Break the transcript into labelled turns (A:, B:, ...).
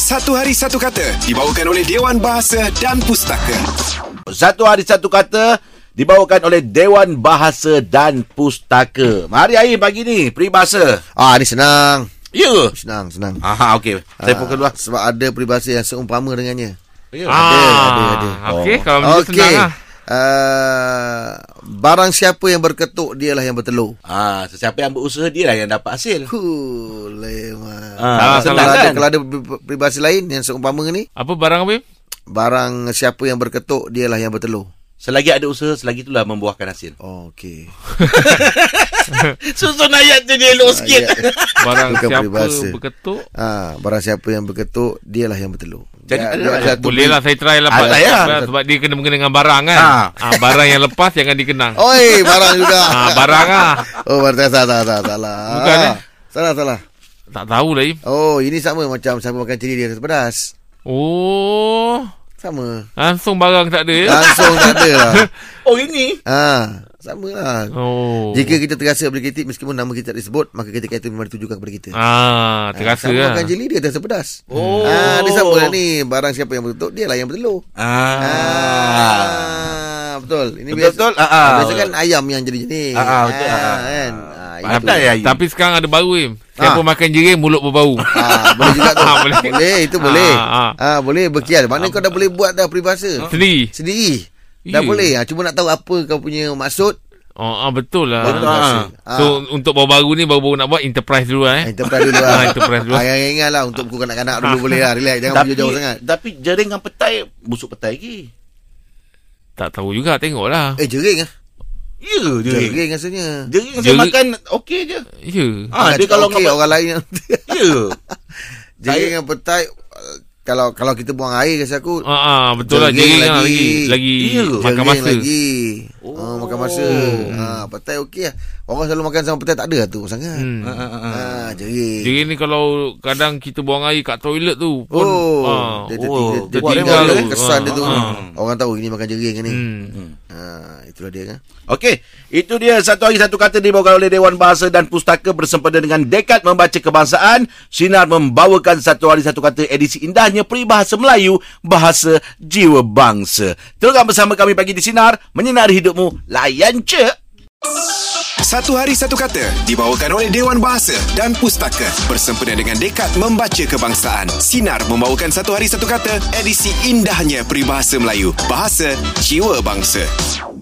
A: Satu Hari Satu Kata dibawakan oleh Dewan Bahasa dan Pustaka.
B: Satu hari satu kata dibawakan oleh Dewan Bahasa dan Pustaka. Hari air pagi ni peribahasa.
C: Ah ni senang.
B: Ya. Yeah.
C: Senang, senang.
B: Ah okey. Saya pukul dua.
C: Sebab ada peribahasa yang seumpama dengannya.
B: Ya.
C: ada, ada.
D: Ah, Okey, kalau begitu okay. senang lah.
C: Uh, barang siapa yang berketuk dialah yang bertelur.
B: Ah, sesiapa yang berusaha dia lah yang dapat hasil.
C: Huh, lemah.
B: Ah,
D: sama-sama.
C: kalau ada
B: kan?
C: kalau ada per- peribahasa lain yang seumpama ni,
D: Apa barang apa? Im?
C: barang siapa yang berketuk dialah yang bertelur.
B: Selagi ada usaha, selagi itulah membuahkan hasil.
C: Oh, okey.
B: Susun ayat jadi elok sikit.
D: Barang
C: Bukan
D: siapa
C: peribahasa.
D: berketuk.
C: Ah, barang siapa yang berketuk dialah yang bertelur.
B: Jadi, ada lah.
C: satu ya.
D: Boleh lah saya try lepas
B: Ah, tak payah.
D: Sebab dia kena mengena dengan barang kan
B: Ah.
D: ah, Barang yang lepas jangan dikenang oh.
C: Oi, barang juga.
D: ah, Barang ah
C: Oh, barang salah, salah, salah, salah.
D: Bukan, eh?
C: Salah, salah.
D: Tak tahu lah Im
C: Oh, ini sama macam siapa makan cili dia rasa pedas.
D: Oh
C: Sama.
D: Langsung barang tak ada ya?
C: Langsung tak ada lah.
B: Oh ini.
C: Ha, sama lah.
D: Oh
C: Jika kita terasa obligated meskipun nama kita tak disebut, maka ketika itu memang ditujukan kepada kita. Ha,
D: Ah, terasa
C: Sama
D: lah
C: makan cili dia terasa pedas.
B: Oh.
C: Ah, dia sama lah ni. Barang siapa yang bertutup, dia lah yang bertelur.
B: Ah.
C: Ah, betul. Ini biasa.
B: Betul-betul. Ah, ah.
C: Ah, biasa kan ayam yang jadi jenis.
B: Ah, ah, betul, ah.
C: kan. Ah, itu.
B: Pandai ya. Ayu.
D: Tapi sekarang ada baru Im Siapa
C: Ah.
D: makan jering mulut berbau
C: Ah, boleh juga tu.
D: Ah, boleh.
C: boleh, itu boleh.
D: Ah,
C: Ah, boleh berkial. Mana kau dah boleh buat dah peribahasa?
D: Sendiri
C: Sendiri. Dah
D: Ya.
C: boleh. Ah, cuma nak tahu apa kau punya maksud.
D: Oh, ah, betul lah
B: Betul lah.
D: So untuk baru-baru ni Baru-baru nak buat Enterprise dulu lah eh
C: Enterprise dulu lah.
D: Ah, enterprise dulu. Ah.
C: Ah, yang ingat lah untuk buku kanak-kanak dulu boleh lah. Relax. Jangan
B: Tapi,
C: pergi jauh sangat.
B: tapi jaring dengan petai, busuk petai lagi.
D: Tak tahu juga Tengok lah
C: Eh, jering ah.
B: Ya, jaring.
C: Jering rasanya.
B: Jaring saya
D: Jaring-
B: makan okey je.
D: Ya
B: Ah, dia kalau
C: okay,
B: okay,
C: orang lain.
B: Ya.
C: jering dengan petai. uh, Kalau kalau kita buang air kasi aku.
D: Ah, ah betul lah
C: Jering
D: jering lah
C: lagi.
D: lagi lagi
B: Ya,
D: makan
C: jering
D: masa.
C: Lagi. Oh.
B: Oh.
C: makan masa. Ha, petai okey lah. Orang selalu makan sama petai tak ada lah tu sangat.
D: Hmm.
B: Ah, ah, ah.
C: Ha, jering.
D: Jering ni kalau kadang kita buang air kat toilet tu pun
C: Oh,
D: ah.
C: dia
B: Oh,
C: tertinggal,
B: dia
C: tertinggal
D: tinggal
C: tu.
D: tu.
C: kesan dia tu.
D: Ah, ah.
C: Orang tahu ini makan jering kan ni.
D: Hmm.
C: Ha, itulah dia kan.
B: Okey, itu dia satu hari satu kata dibawakan oleh Dewan Bahasa dan Pustaka bersempena dengan Dekat Membaca Kebangsaan. Sinar membawakan satu hari satu kata edisi indahnya peribahasa Melayu, bahasa jiwa bangsa. Teruskan bersama kami pagi di Sinar, menyinari hidupmu, layan cek.
A: Satu Hari Satu Kata dibawakan oleh Dewan Bahasa dan Pustaka bersempena dengan Dekat Membaca Kebangsaan. Sinar membawakan Satu Hari Satu Kata edisi indahnya peribahasa Melayu, bahasa jiwa bangsa.